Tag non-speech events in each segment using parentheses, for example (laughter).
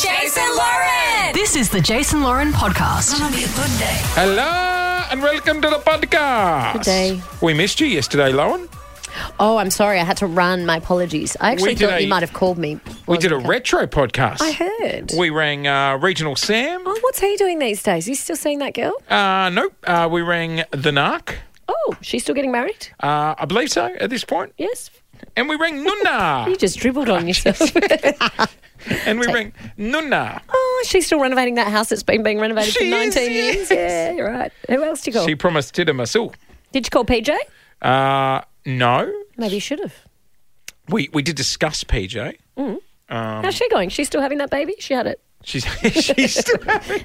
Jason Lauren. This is the Jason Lauren Podcast. Hello and welcome to the podcast. Good day. We missed you yesterday, Lauren. Oh, I'm sorry. I had to run. My apologies. I actually did thought a- you might have called me. We did a retro podcast. I heard. We rang uh, Regional Sam. oh, what's he doing these days? He's still seeing that girl? Uh, nope. Uh, we rang the Narc. Oh, she's still getting married? Uh, I believe so at this point. Yes. And we (laughs) rang You Nunna. just dribbled on (laughs) yourself. and we rang Nunna. (laughs) oh, she's still renovating that house that's been being renovated She for is, 19 yes. years. Yeah, you're right. Who else did you call? She promised Tidamusul. Did you call PJ? Uh, no. Maybe you should have. We, we did discuss PJ. Mm. Oh. How's she going? She's still having that baby? She had it. She's, (laughs) she's still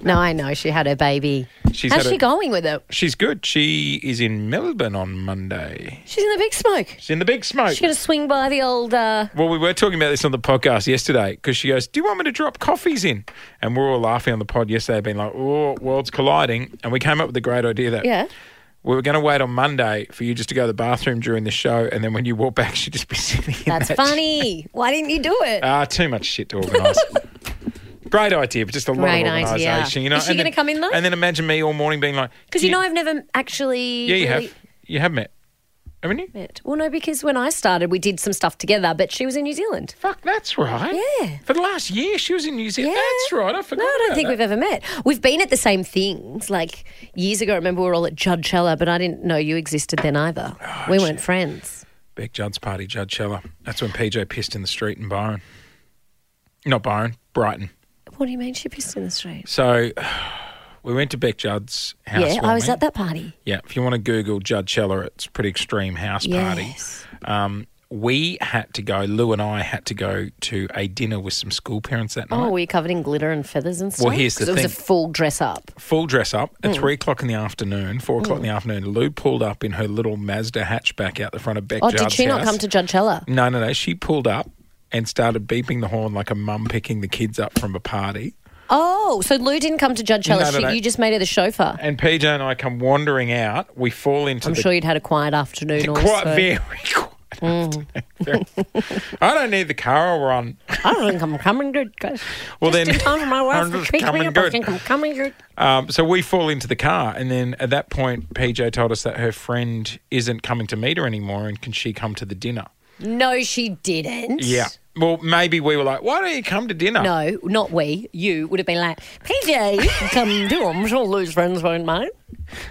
No, I know. She had her baby. She's How's had she a- going with it? She's good. She is in Melbourne on Monday. She's in the big smoke. She's in the big smoke. She's going to swing by the old. Uh, Well, we were talking about this on the podcast yesterday because she goes, Do you want me to drop coffees in? And we are all laughing on the pod yesterday, being like, Oh, worlds colliding. And we came up with a great idea that (laughs) yeah. we were going to wait on Monday for you just to go to the bathroom during the show. And then when you walk back, (laughs) she'd just be sitting in That's that funny. Why didn't you do it? Ah, too much shit (laughs) to organise. Great idea, but just a Great lot of idea. organisation. You know, Is she and then- gonna come in, though? And then imagine me all morning being like, Because you know, I've never actually. yeah, you really have, you have met, haven't you? Met. Well, no, because when I started, we did some stuff together, but she was in New Zealand. Fuck, that's right. Yeah. For the last year, she was in New Zealand. Yeah. That's right. I forgot. No, I don't about think that. we've ever met. We've been at the same things. Like years ago, I remember we were all at Judcella, but I didn't know you existed then either. Oh, we weren't friends. Beck Judd's party, Judd Cheller. That's when PJ pissed in the street in Byron. Not Byron, Brighton. What do you mean she pissed in the street? So (sighs) we went to Beck Judd's house. Yeah, I was warming. at that party. Yeah, if you want to Google Judd Cheller, it's a pretty extreme house party. Yes. Um, we had to go, Lou and I had to go to a dinner with some school parents that night. Oh, were you covered in glitter and feathers and stuff? Well, here's the 'Cause It was a thing. full dress up. Full dress up Mm. at three o'clock in the afternoon, four o'clock in the afternoon. Lou pulled up in her little Mazda hatchback out the front of Beck Oh, Judd's did she not house. come to Judcella? No, no, no. She pulled up and started beeping the horn like a mum picking the kids up from a party. Oh, so Lou didn't come to Judcella. No, no, she, no. You just made her the chauffeur. And PJ and I come wandering out. We fall into I'm the (laughs) sure you'd had a quiet afternoon. quite also. very quiet. (laughs) afternoon. I don't need the car. I'll run. I don't think I'm coming good, guys. Well, just then- in time for my I'm wife to just pick coming me up. I good. think I'm coming good. Um, so we fall into the car, and then at that point, PJ told us that her friend isn't coming to meet her anymore, and can she come to the dinner? No, she didn't. Yeah. Well, maybe we were like, why don't you come to dinner? No, not we. You would have been like, PJ, come do 'em. I'm sure Lou's friends won't mind.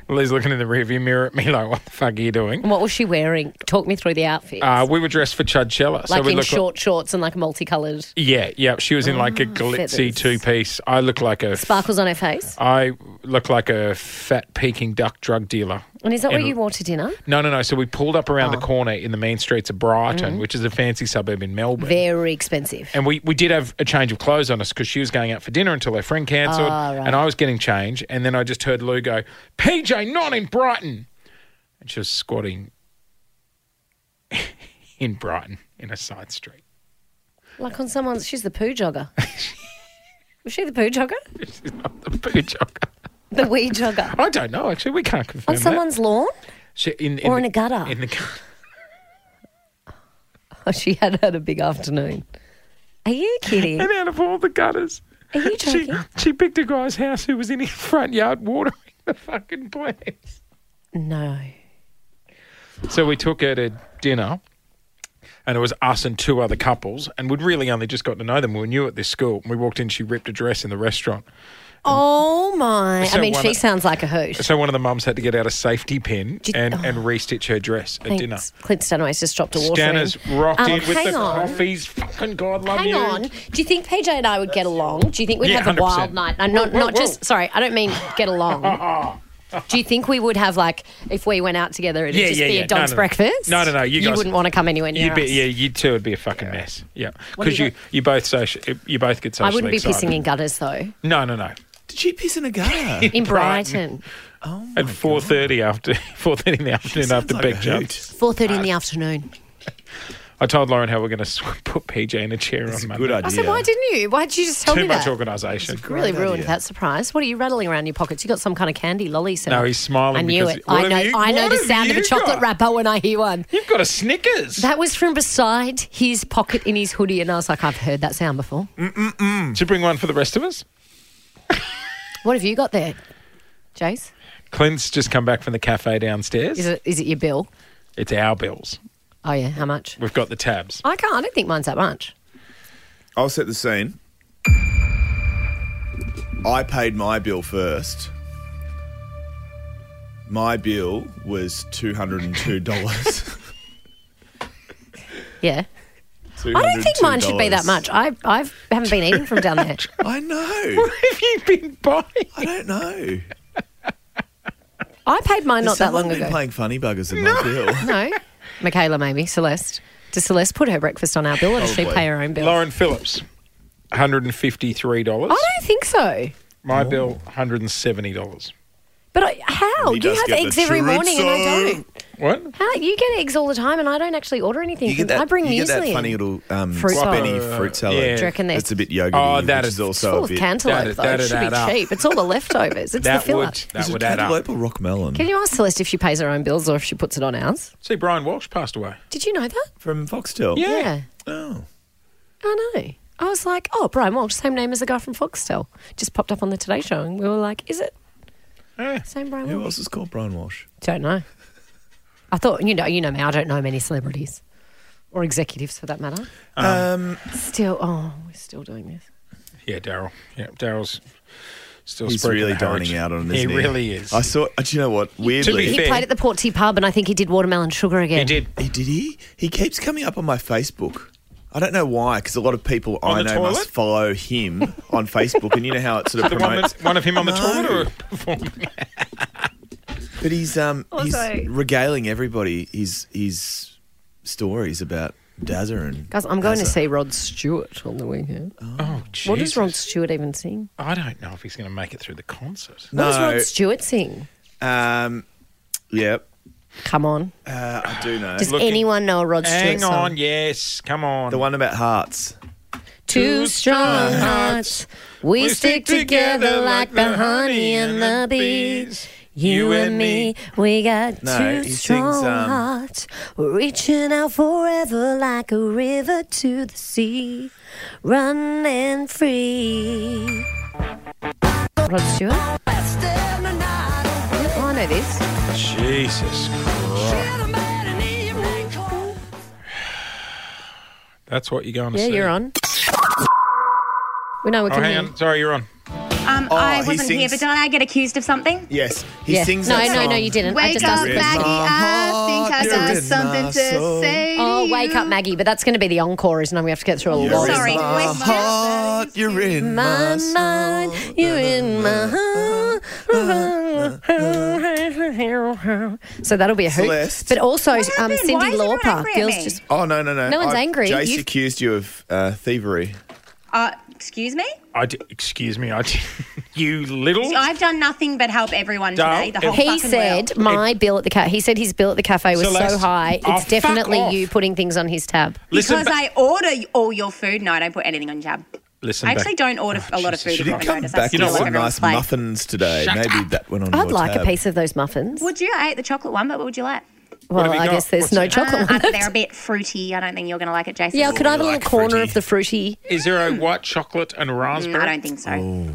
Liz looking in the rearview mirror at me like, what the fuck are you doing? And what was she wearing? Talk me through the outfit. Uh, we were dressed for like Chudchella. so we in looked like- short shorts and like multicolored Yeah, yeah. She was in like a glitzy Ah, feathers. two piece. I look like a. sparkles on her face. I look like a fat peaking duck drug dealer. And is that what And- you wore to dinner? No, no, no. So we pulled up around the Oh. Mm-hmm. corner in the main streets of Brighton, which is a fancy suburb in Melbourne. Very expensive. and we, we did have a change of clothes on us because she was going out for dinner until her friend cancelled. Ah, And I was getting change. And then I just heard Lou go, PJ, not in Brighton. And she was squatting (laughs) in Brighton in a side street. (laughs) Like on someone's, she's the poo jogger. was she the poo jogger? She's not the poo jogger. The wee jogger. I don't know, actually. We can't confirm On that. someone's lawn? She, in, Or in the- a gutter. In the gutter. (laughs) Oh, she had had a big afternoon. Are you kidding? (laughs) And (laughs) out of all the gutters, Are you she, joking? she picked a guy's house who was in his front yard watering the fucking plants. No. So we took her to dinner, and it was us and two other couples, and we'd really only just got to know them. We were new at this school, and we walked in. She ripped a dress in the restaurant. Oh my! So I mean, one she of- sounds like a hoot. So one of the mums had to get out a safety pin Did- and, oh. and re-stitch her dress at Thanks. dinner. Clint Stanway's just dropped a water. Scanners rocked Um, in with hang the on. coffees. Fucking God love Hang you. on. Do you think PJ and I would get along? Do you think we'd Yeah, have a 100%. wild night? And not, Whoa, whoa, not just. Sorry, I don't mean get along. Do you think we would have like if we went out together? It'd Yeah, just yeah, be yeah. a No, dog's no, no. breakfast. No, no, no, you guys- wouldn't want to come anywhere near You'd be, us. yeah, you two would be a fucking mess. Yeah, do because you you, you both social, you both get I socially wouldn't be excited. pissing in gutters though. No, no, no. Did she piss in a (laughs) gutter? In Brighton, Brighton. Oh At four thirty after (laughs) four thirty in the afternoon sounds after like Big a Judd. hoot. four thirty in the afternoon. I told Lauren how we're going to (laughs) put PJ in a chair It's on a Monday. good idea. I said, why didn't you? Why did you just tell Too me much that? organisation. Really Great ruined idea. that surprise. What are you rattling around in your pockets? You got some kind of candy lolly set No, up. he's smiling I knew because- it. What I have know. you- I know what the have sound of a you chocolate got? wrapper when I hear one. You've got a Snickers. That was from beside his pocket in his hoodie, and I was like, I've heard that sound before. Should you bring one for the rest of us? What have you got there, Jace? Clint's just come back from the cafe downstairs. Is it is it your bill? It's our bills. Oh yeah, how much? We've got the tabs. (laughs) I can't. I don't think mine's that much. I'll set the scene. I paid my bill first. My bill was two hundred and two dollars. (laughs) Yeah. I don't think mine should be that much. I I've, I haven't been eating from (laughs) down there. I know. Have you been buying? I (laughs) don't know. I paid mine not Has that someone long been ago. Playing funny buggers in my (laughs) bill. No, Michaela maybe Celeste. Does Celeste put her breakfast on our bill, or does she Probably. pay her own bill? Lauren Phillips, $153. I don't think so. My bill, $170. But I, how He you does have get the eggs every morning and I chorizo. don't? What? How you get eggs all the time and I don't actually order anything? You get that. I bring you muesli. get that in. funny little um, Fruit salad. spenny fruit salad. Yeah. Do you reckon there's- It's a bit yogurty. Oh, that which is- is it's also full a of bit. cantaloupe That'd- though. that'd it should add be up. cheap. It's all (laughs) the leftovers. It's the That filler. would, that Is it would add up. cantaloupe or rock melon Can you ask Celeste if she pays her own bills or if she puts it on ours? See, Brian Walsh passed away. Did you know that? from Foxtel. Yeah. Oh. I know. I was like, oh, Brian Walsh, same name as the guy from Foxtel. Just popped up on the Today Show and we were like, is it? Yeah. Same Brian Who Walsh? else is called Brian Walsh? Don't know. I thought, you know, you know me, I don't know many celebrities or executives for that matter. Um, Still, oh, we're still doing this. Yeah, Daryl. Yeah, Daryl's still he's spreading really the hurrage. dining out on this. He really is. I saw. uh, Do you know what? Weirdly, He fair- played at the Portsea pub and I think he did watermelon sugar again. he did. he did he? He keeps coming up on my Facebook. I don't know why, because a lot of people On I the know toilet? must follow him on Facebook, and you know how it sort (laughs) of The one, promotes. that- one of him on the (laughs) No. toilet or a performing? But he's um Also- he's regaling everybody his his stories about Dazza and Guys, I'm going to Dazza. see Rod Stewart on the weekend. Oh, Jesus. What does Rod Stewart even sing? I don't know if he's going to make it through the concert. What does No, Rod Stewart sing? um, yep, Come on. uh, I do know Does looking- anyone know a Rod Stewart Hang song? on, yes, come on. um, the one about hearts. Two strong hearts, we stick together like the honey and the bees. You and me, we got No, two he sings, strong um, hearts. We're reaching out forever like a river to the sea, running free. Rod Stewart? Yeah, I know this. Jesus Christ. That's what you're going to Yeah, see. you're on. We know we Oh, can hang hear. on. Sorry, you're on. Um, Oh, I he wasn't here, sings- but did I get accused of something? Yes, he Yeah. sings no, that no, song. no, you didn't. I Wake just up, asked You're Maggie. that. in my I heart, think I you're got in my something soul. to say. Oh, to wake you. up, Maggie. But that's going to be the encore, isn't it? We have to get through a You're lot in of Sorry, my wake me up. heart, you're in my soul. mind, you're in my heart. So that'll be a hoot. Celeste. But also um, happened? Why Cindy is everyone Lauper, angry at girls me? just Oh no no no! No one's I- angry. Jace You've- accused you of uh, thievery. Uh, excuse me? I d- excuse me. I d- (laughs) you little. I've done nothing but help everyone Don't. today. The whole he fucking said world. my bill at the ca- he said his bill at the cafe was so Celeste, high it's oh, fuck definitely off. you putting things on his tab. listen, Because ba- I order all your food. No, I don't put anything on Jab. listen I actually back. Oh, don't order a lot of Jesus. food. She if Did I've he come noticed. I back steal with off some nice everyone's plate. muffins today? Maybe that went on I'd your like tab. a piece of those muffins. Would you? I ate the chocolate one, but what would you like? well, have you I got? guess there's What's no it? chocolate. Uh, left. they're a bit fruity. I don't think you're going to like it, Jason. yeah, could I have a Like little corner fruity. of the fruity? Is there a white chocolate and raspberry? Mm, I don't think so.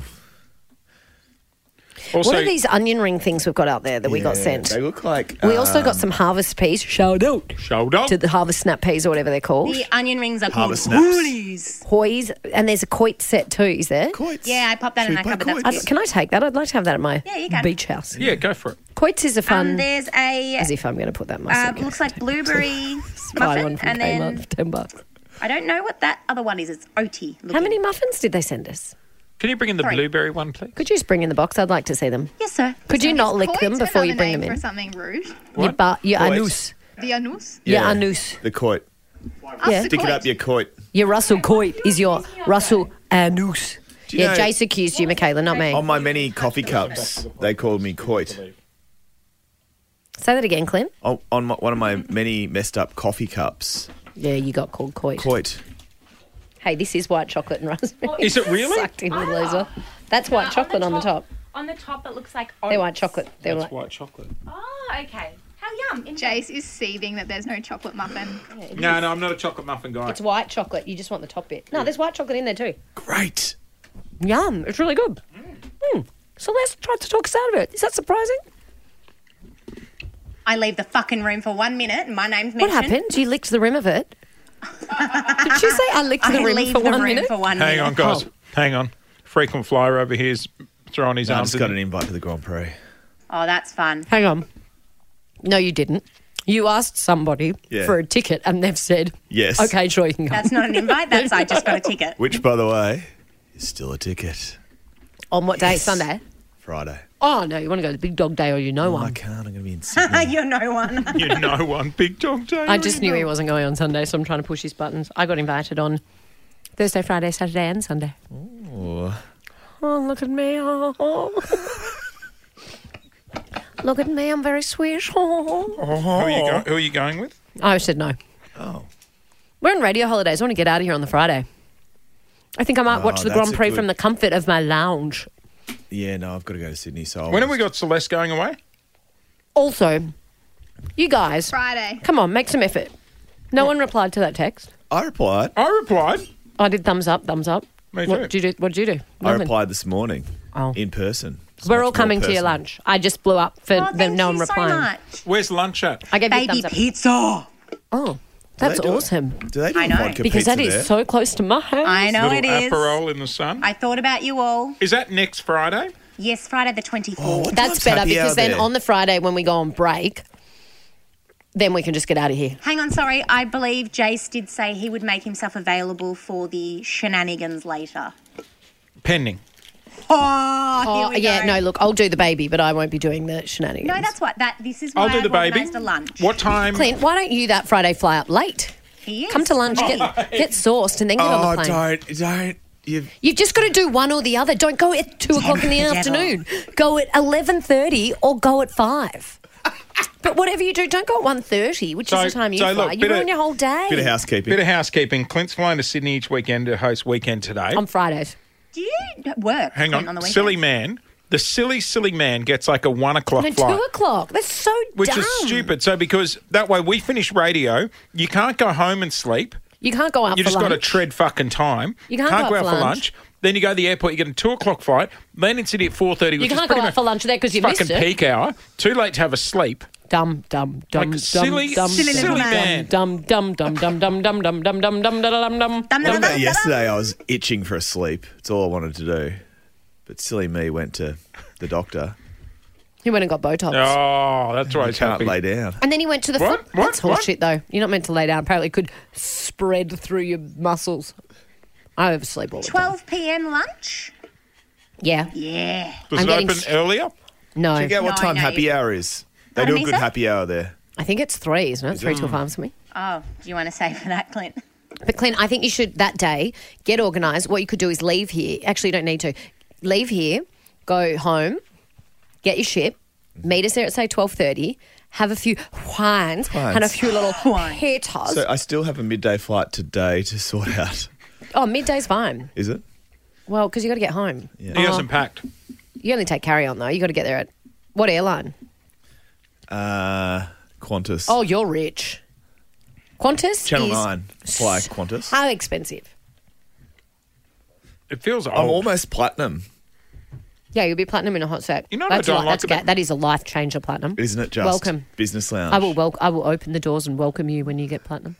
Also, what are these onion ring things we've got out there that we got Yeah, sent? They look like. we also um, got some harvest peas. Shout out shoulder. to the harvest snap peas or whatever they're called. The onion rings are called Um, Harvest snaps. hoolies. Hoys, and there's a coit set too, is there? Coits. Yeah, I popped that Should in we that play cupboard. That's I'd- coits? can I take that? I'd like to have that at my Yeah, you can. beach house. yeah, go for it. Coits is a Um, fun, there's a as if I'm going to put that in my um, suitcase. looks like blueberry Buy one muffin, from and Kmart then for 10 bucks. I don't know what that other one is. It's oaty. Looking. How many muffins did they send us? Can you bring in the Sorry. blueberry one, please? Could you just bring in the box? I'd like to see them. Yes, sir. Could you It's not lick coit, them before you another bring them name For in? something rude. Your, ba- your Coit. anus. The anus. Your anus. The coit. Yeah. Stick it up your coit. Your Russell Coit is your Russell anus. you Yeah, know- Jace accused you, Michaela, not me. Um, On my many coffee cups, they called me coit. Say that again, Clint. On, on my, one of my many messed up coffee cups, Yeah, you got called coit. Coit. Hey, this is white chocolate and raspberry. Is it (laughs) really? Sucked in, you loser. That's white chocolate on the top. On the top, it looks like They're orange. white chocolate. They're like, white chocolate. Oh, okay. How yum. In- Jace is seething that there's no chocolate muffin. No, no, I'm not a chocolate muffin guy. it's white chocolate. You just want the top bit. No, there's white chocolate in there too. Great. Yum. It's really good. Mm. Celeste tried to talk us out of it. Is that surprising? I leave the fucking room for one minute and my name's mentioned. What happened? You licked the rim of it. Did she say I licked the (laughs) I rim leave for the one room minute? for one Hang minute. on, guys. Hang on. Frequent flyer over here's throwing his I've arms. just got in- an invite to the Grand Prix. Oh, that's fun. Hang on. No, you didn't. You asked somebody Yeah. for a ticket and they've said, Yes. okay, sure, you can come. That's not an invite. That's I just got a (laughs) ticket. (laughs) Which, by the way, is still a ticket. On what day? Sunday? Friday. Oh, no, you want to go to Big Dog Day or you know I one. can't. I'm going to be (laughs) in Sydney. You're no one. you know one big dog day. I just knew he wasn't going on Sunday, so I'm trying to push his buttons. I got invited on Thursday, Friday, Saturday, and Sunday. Or- Oh, look at me. Oh, look at me. I'm very sweet. Oh. Who are you, go- who are you going with? I said no. oh. We're on radio holidays. I want to get out of here on the Friday. I think I might watch Oh, the that's Grand a Prix good- from the comfort of my lounge. Yeah, no, I've got to go to Sydney. So I'll When have we just- got Celeste going away? Also, you guys, (laughs) Friday. come on, make some effort. No one replied to that text. I Oh, replied. I replied. I did thumbs up, thumbs up. Me What too. did you do? What did you do? I Nothing. replied this morning. Oh. In person. It's We're much all more coming to your personal. lunch. I just blew up for Oh, them thank no you one replying. so much. Where's lunch at? I gave you Baby thumbs up. pizza. Oh, that's Do they do it? awesome. Do they do I know. vodka Because pizza that is there? so close to my house. I know it Little is. Aperol in the sun. I thought about you all. Is that next Friday? Yes, Friday the 24th. What That's time's better happy hour because then there? on the Friday when we go on break, then we can just get out of here. Hang on, sorry. I believe Jace did say he would make himself available for the shenanigans later. Pending. Oh, here Oh, we yeah, go. no, look, I'll do the baby, but I won't be doing the shenanigans. No, that's what that. This is why I'll do I've the baby. organised A lunch. What time? Clint, why don't you that Friday fly up late? He is. Come to lunch, (laughs) get, get sourced, and then get on the Oh, plane. don't. Don't. You've, You've just got to do one or the other. Don't go at two o'clock in the Devil. afternoon. Go at eleven thirty or go at five. But whatever you do, don't go at one thirty, which So- is the time you so fly. look, you bit of- ruin your whole day. bit of housekeeping. Bit of housekeeping. Clint's flying to Sydney each weekend to host Weekend Today. on Fridays. Do you work? Hang on. Clint, on the weekend? silly man. The silly, silly man gets like a one o'clock No, flight. two o'clock. That's so which dumb. is stupid. So because that way we finish radio, you can't go home and sleep. You can't go out You for just got lunch. to tread fucking time. You can't go out for lunch. Then you go to the airport. You get a two o'clock flight. Land in Sydney at four thirty. You can't go out for lunch there because you missed fucking it. peak hour. Too late to have a sleep. Dumb, dumb, dumb, dumb, Like silly, dumb, silly dumb, little man. dumb, dumb, dumb, dumb, dumb, dumb, dumb, dumb, dumb, dumb, dumb, dumb, Dum, dumb. dum, What about dum, dum. yesterday? I was itching for a sleep. It's all I wanted to do. But silly me went to the doctor. He went and got Botox. Oh, that's why I he's can't happy. lay down. And then he went to the What? foot. What? That's What? horseshit, though. You're not meant to lay down. Apparently, it could spread through your muscles. I oversleep all the time. 12 p.m. lunch. Yeah. Yeah. Was I'm it getting open s- earlier? No. Check out what No, time no, happy you- hour is. They Pardon do a me, good sir? happy hour there. I think it's three, isn't it? Three till five or something. Oh, do you want to save for that, Clint? But Clint, I think you should that day get organised. What you could do is leave here. Actually, you don't need to. Leave here, go home, get your ship, meet us there at say twelve thirty. Have a few wines and a Wines. few (sighs) little Wine. hair ties. So I still have a midday flight today to sort out. oh, midday's fine. Is it? Well, because you got to get home. Yeah. He hasn't packed. You only take carry on though. You got to get there at what airline? Uh, Qantas. Oh, you're rich. Qantas Channel is 9. Fly Qantas. How expensive? It feels old. I'm almost platinum, Yeah, you'll be platinum in a hot sec. You know what I that's don't a lot- like that's a ga- about- that is a life changer, platinum. isn't it? Just welcome. business lounge. I will wel- I will open the doors and welcome you when you get (laughs) platinum.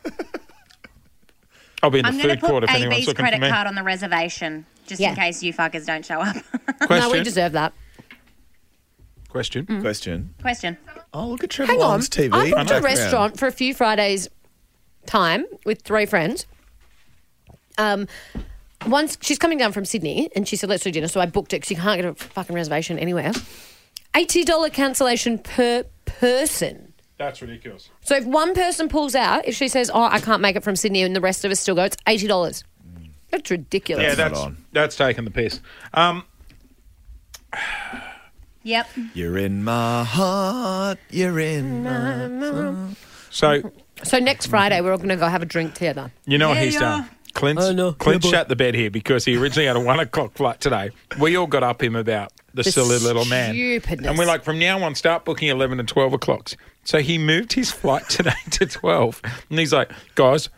I'll be in the I'm going food to put court if anyone's AB's looking for credit me. card on the reservation just Yeah. in case you fuckers don't show up. (laughs) no, we Question. deserve that. Question. Question. Question. Oh, look at Trevor Hang on, Long's TV. I booked a background. restaurant for a few Fridays' time with three friends. Um, once she's coming down from Sydney, and she said, "Let's do dinner." So I booked it because you can't get a fucking reservation anywhere. Eighty dollar cancellation per person. That's ridiculous. So if one person pulls out, if she says, "Oh, I can't make it from Sydney," and the rest of us still go, it's eighty dollars. That's ridiculous. Yeah, That's not that's on. that's taking the piss. Um, Yep. Mm-hmm. You're in my heart. You're in my. so So next Friday, we're all going to go have a drink together. You know what he's done? Clint's, Oh, I know. Clint Yeah, boy. shut the bed here because he originally had a one o'clock flight today. We all got up him about the, silly little man. stupidness. And we're like, from now on, start booking 11 and 12 o'clocks. So he moved his flight (laughs) today to 12. And he's like, guys,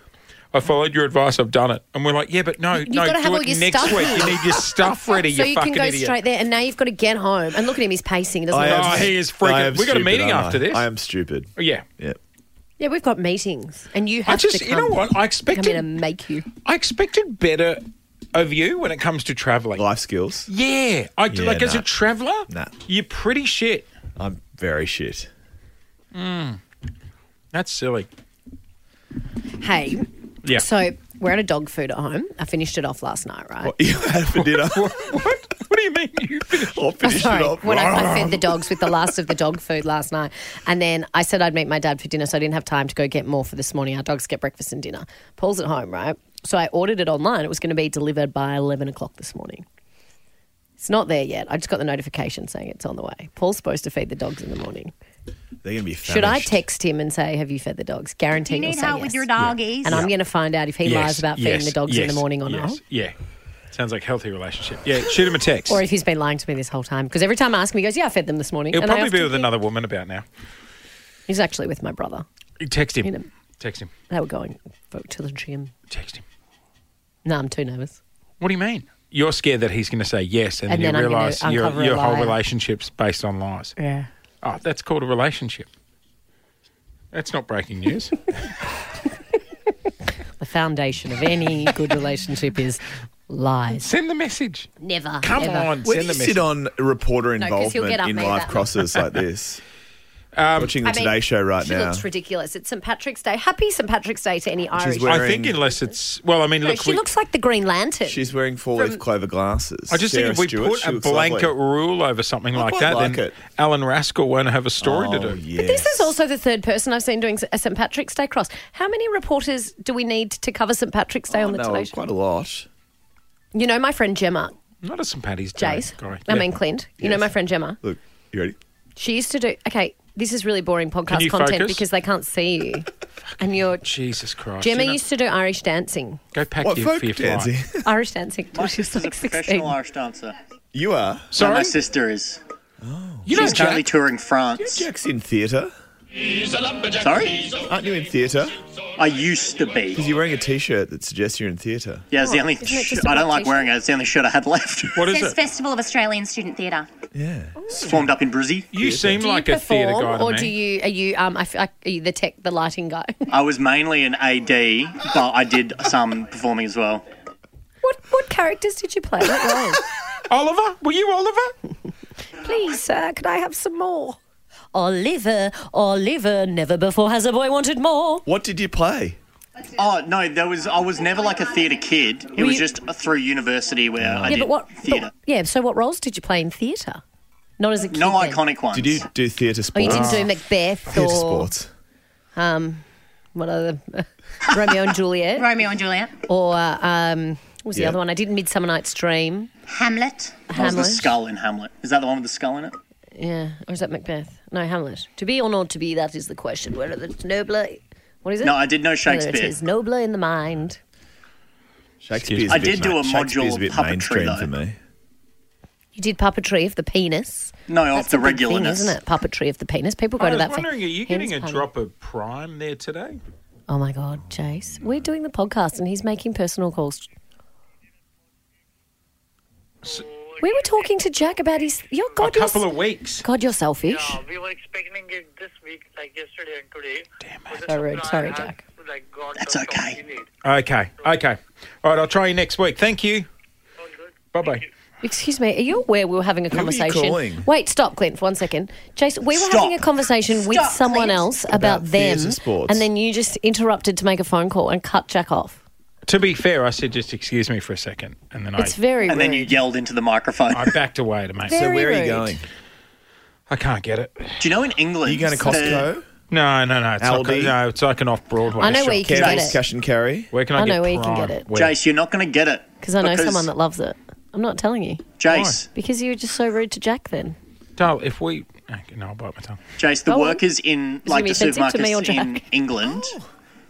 I followed your advice. I've done it. And we're like, yeah, but no, no, gotta do have all it your next stuff week. here." (laughs) You need your stuff ready, Oh, so you, you can fucking go idiot. straight there, and now you've got to get home. And look at him; he's pacing. He doesn't I like- am Oh, st- he is freaking- I am we got a stupid, meeting aren't I? after this. I am stupid. Yeah. Yep. yeah, we've got meetings, and you have just- to you come. know what? I I'm going expected- to make you. I expected better of you when it comes to traveling. Life skills. yeah. I do, Yeah, like, as a nah. traveller, Nah. you're pretty shit. I'm very shit. That's silly. Hey, Yeah. so we're at a dog food at home. I finished it off last night, right? You had for dinner. (laughs) what? (laughs) What do you mean? (laughs) You finished? (laughs) I'll (laughs) finish Sorry, it off. when I, I fed the dogs with the last of the dog food last night, and then I said I'd meet my dad for dinner, so I didn't have time to go get more for this morning. Our dogs get breakfast and dinner. Paul's at home, right? So I ordered it online. It was going to be delivered by eleven o'clock this morning. It's not there yet. I just got the notification saying it's on the way. Paul's supposed to feed the dogs in the morning. They're gonna be. Should I famished. text him and say, "Have you fed the dogs?" Guarantee You he'll need say help yes. with your doggies. and I'm going to find out if he lies about feeding the dogs in the morning or yes, not. Yeah. Sounds like healthy relationship. Yeah, shoot him a text. Or if he's been lying to me this whole time. Because every time I ask him, he goes, Yeah, I fed them this morning. He'll And I probably be often with think- another woman about now. He's actually with my brother. You Text him. You know. Text him. They were going for- to the gym. Text him. No, I'm too nervous. What do you mean? You're scared that he's going to say yes, and, And you then I'm gonna realise your, uncover a your whole lie. relationship's based on lies. Yeah. Oh, that's called a relationship. That's not (laughs) breaking news. The foundation of any good relationship is lies. Send the message. Never. Come ever. on, When send you the message. sit on reporter No, 'cause he'll involvement get up in me live that. (laughs) crosses like this, Um, watching the I mean, Today Show right she now, looks ridiculous. It's St. Patrick's Day. Happy St. Patrick's Day to any Irish. wearing- I think unless it's well, I mean, No, look, she we- looks like the Green Lantern. she's wearing four-leaf clover glasses. I just Sarah think if we Stewart, put she a looks blanket lovely. rule over something like quite that, like then it. Alan Raskell won't have a story to Oh, do. yes. This is also the third person I've seen doing a St. Patrick's Day cross. How many reporters do we need to cover St. Patrick's Day Oh, on the no, Today Show? quite a lot. You know my friend Gemma, Not a St. Patty's Day Jace. guy. I Yeah. mean Clint. You know my friend Gemma. Look, you ready? She used to do. Okay, this is really boring you podcast content focus? because they can't see you. and you're Jesus Christ. Gemma you know- used to do Irish dancing. go pack What your, folk for your fly. dancing? Irish dancing. Till she was like sixteen. Irish dancer. (laughs) you are. Sorry, sister is. you know Jack. touring France. Jack's in theatre. Sorry? Aren't you in theatre? I used to be. Because you're wearing a T-shirt that suggests you're in theatre. Yeah, it's the only. isn't it Sh- just a I don't white like t-shirt? wearing it. It's the only shirt I had (laughs) left. What Says is it? Festival of Australian Student Theatre. Yeah. It's formed up in Brizzy. You seem Do you like a theatre perform, guy to or me. do you? Are you? Um, I, f- I- are you the tech, the lighting guy? I was mainly an AD, but I did some performing as well. (laughs) what what characters did you play? What (laughs) roles? Oliver, were you Oliver? Please, sir, could I have some more? Oliver, Oliver, never before has a boy wanted more. What did you play? Oh no, there was. I was never like a theatre kid. It Were was you- just through university where Yeah, I did but what? but- theatre. yeah, so what roles did you play in theatre? Not as a kid. No then. iconic ones. Did you do theatre Oh, sports? you didn't do Macbeth or theatre sports. what other (laughs) Romeo and Juliet (laughs) Romeo and Juliet. or um, what was the Yeah. other one? I did Midsummer Night's Dream. Hamlet. I was the Hamlet. skull in Hamlet. Is that the one with the skull in it? Yeah, or is that Macbeth? No, Hamlet. To be or not to be, that is the question. Whether it's nobler, what is it? No, I did know Whether it Shakespeare. is nobler in the mind. Shakespeare's me. a bit I did do ma- a module Shakespeare's a of bit puppetry, mainstream though. for me. You did puppetry of the penis. No, off That's the a big thing, regularness. isn't it? Puppetry of the penis. People go I to was that. for wondering, are you hens getting a party. drop of prime there today? Oh my God, Jace, we're doing the podcast and he's making personal calls. We were talking to Jack about his. Your A God, you're, couple of weeks. God, you're selfish. we were expecting it this week, like yesterday and today. Damn it. So rude. Sorry, Jack. Like God That's knows how okay. we need. Okay, okay. All right, I'll try you next week. Thank you. All good. Bye bye. Excuse me, are you aware we were having a were you conversation? calling? Wait, stop, Clint, for one second. Jason, we were Stop. having a conversation with Stop, someone Clint. else about, About them, theatre sports. and then you just interrupted to make a phone call and cut Jack off. To be fair, I said just excuse me for a second, and then I, It's very And rude. then you yelled into the microphone. (laughs) I backed away to make. So Very where are rude. you going? I can't get it. Do you know in England? Are you going to the- Costco? No, no, no. It's like a, Aldi? no, it's like an off Broadway. I know where you can get Campbell's it cash and carry. Where can I, I get know where you can Prime? get it. Where? Jace, you're not going to get it because I know someone that loves it. I'm not telling you Jace, because you were just so rude to Jack then. Darl, if we. Okay, no, I'll bite my tongue. Jace, the Go on. workers in like be the offensive to me or supermarkets in Jack? Oh. England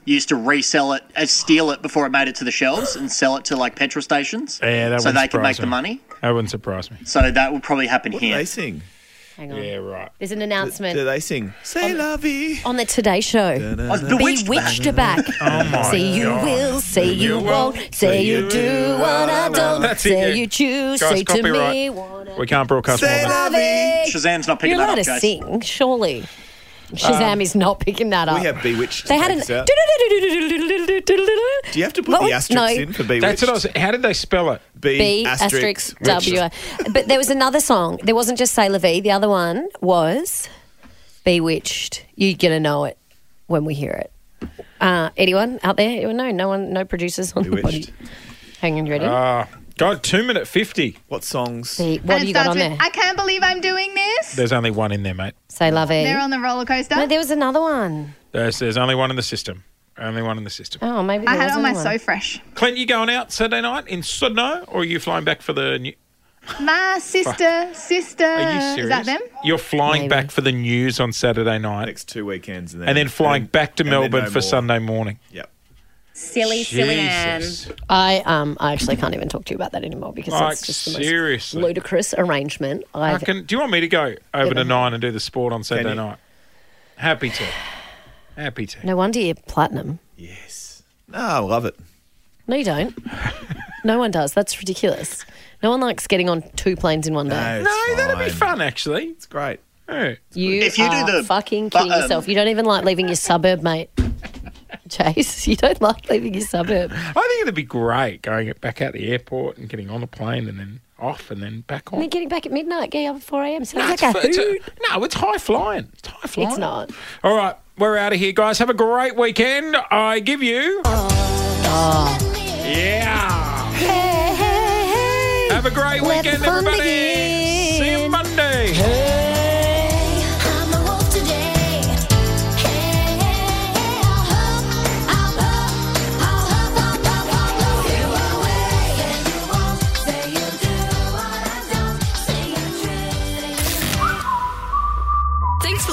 used to resell it, uh, steal it before it made it to the shelves, and sell it to like petrol stations. Yeah, that so wouldn't they could surprise make the me. money. That wouldn't surprise me. So that would probably happen What do here. they sing? Hang on. Yeah, right. There's an Do announcement they sing? Say la vie. on the Today Show. I was bewitched. Bewitched are back. (laughs) Oh, my Say you God. will, say you won't, say you do what I don't, That's it, say yeah. you choose, Guys, say to copyright. me what I We can't broadcast more Say than la vie. Shazam's not picking You're allowed that to up, Jace. sing, surely. Shazam is not picking that up. We have Bewitched. they had an. an. Do Do you have to put the asterisk no, in for Bewitched? That's what I was. How did they spell it? B, B asterisk W. But there was another song. There wasn't just Say La Vie. The other one was Bewitched. You're gonna know it when we hear it. Uh, anyone out there? Anyone know? No one. No producers on the Bewitched. body. Hang on, you ready? Uh, Ah, God, two minute 50. What songs? See, what and have it you got starts on with, there? I can't believe I'm doing this. There's only one in there, mate. Say La Vie. They're on the roller coaster. no, there was another one. There's, there's only one in the system. Only one in the system. Oh, maybe I there had it was on my another So one. Fresh. Clint, you going out Saturday night in Sudno, or are you flying back for the? New- My sister, sister. are you serious? Is that them? You're flying Maybe. back for the news on Saturday night, Next two weekends, and then and then flying back to and then Melbourne no for more. Sunday morning. Yep. Silly, silly man. Jesus. I um I actually can't even talk to you about that anymore because Like, it's just the most seriously. ludicrous arrangement. I've Fucking- do you want me to go over Yeah. to nine and do the sport on Saturday you? night? Happy to. Happy to. no wonder you're platinum. Yes. No, I love it. No, you don't. no one does. That's ridiculous. No one likes getting on two planes in one day. No, that'd be fine. fun actually. It's great. Yeah. You If you do are the fucking kidding button- yourself. You don't even like leaving your suburb, (laughs) mate. Chase, you don't like leaving your suburb. I think it'd be great going back out the airport and getting on a plane and then off and then back on. And then getting back at midnight, getting up at 4 a.m. No, Sounds it's like a f- it's a- hoot. no, it's high flying. It's high flying. It's not. All right, we're out of here, guys. Have a great weekend. I give you. Yeah. Have a great Let the weekend, fun everybody. begin. See you Monday. I'm a wolf today. Hey, I'll huff, I'll puff, I'll huff, I'll puff, I'll blow you away. Say you won't, say you do what I don't, say you dream. Thanks for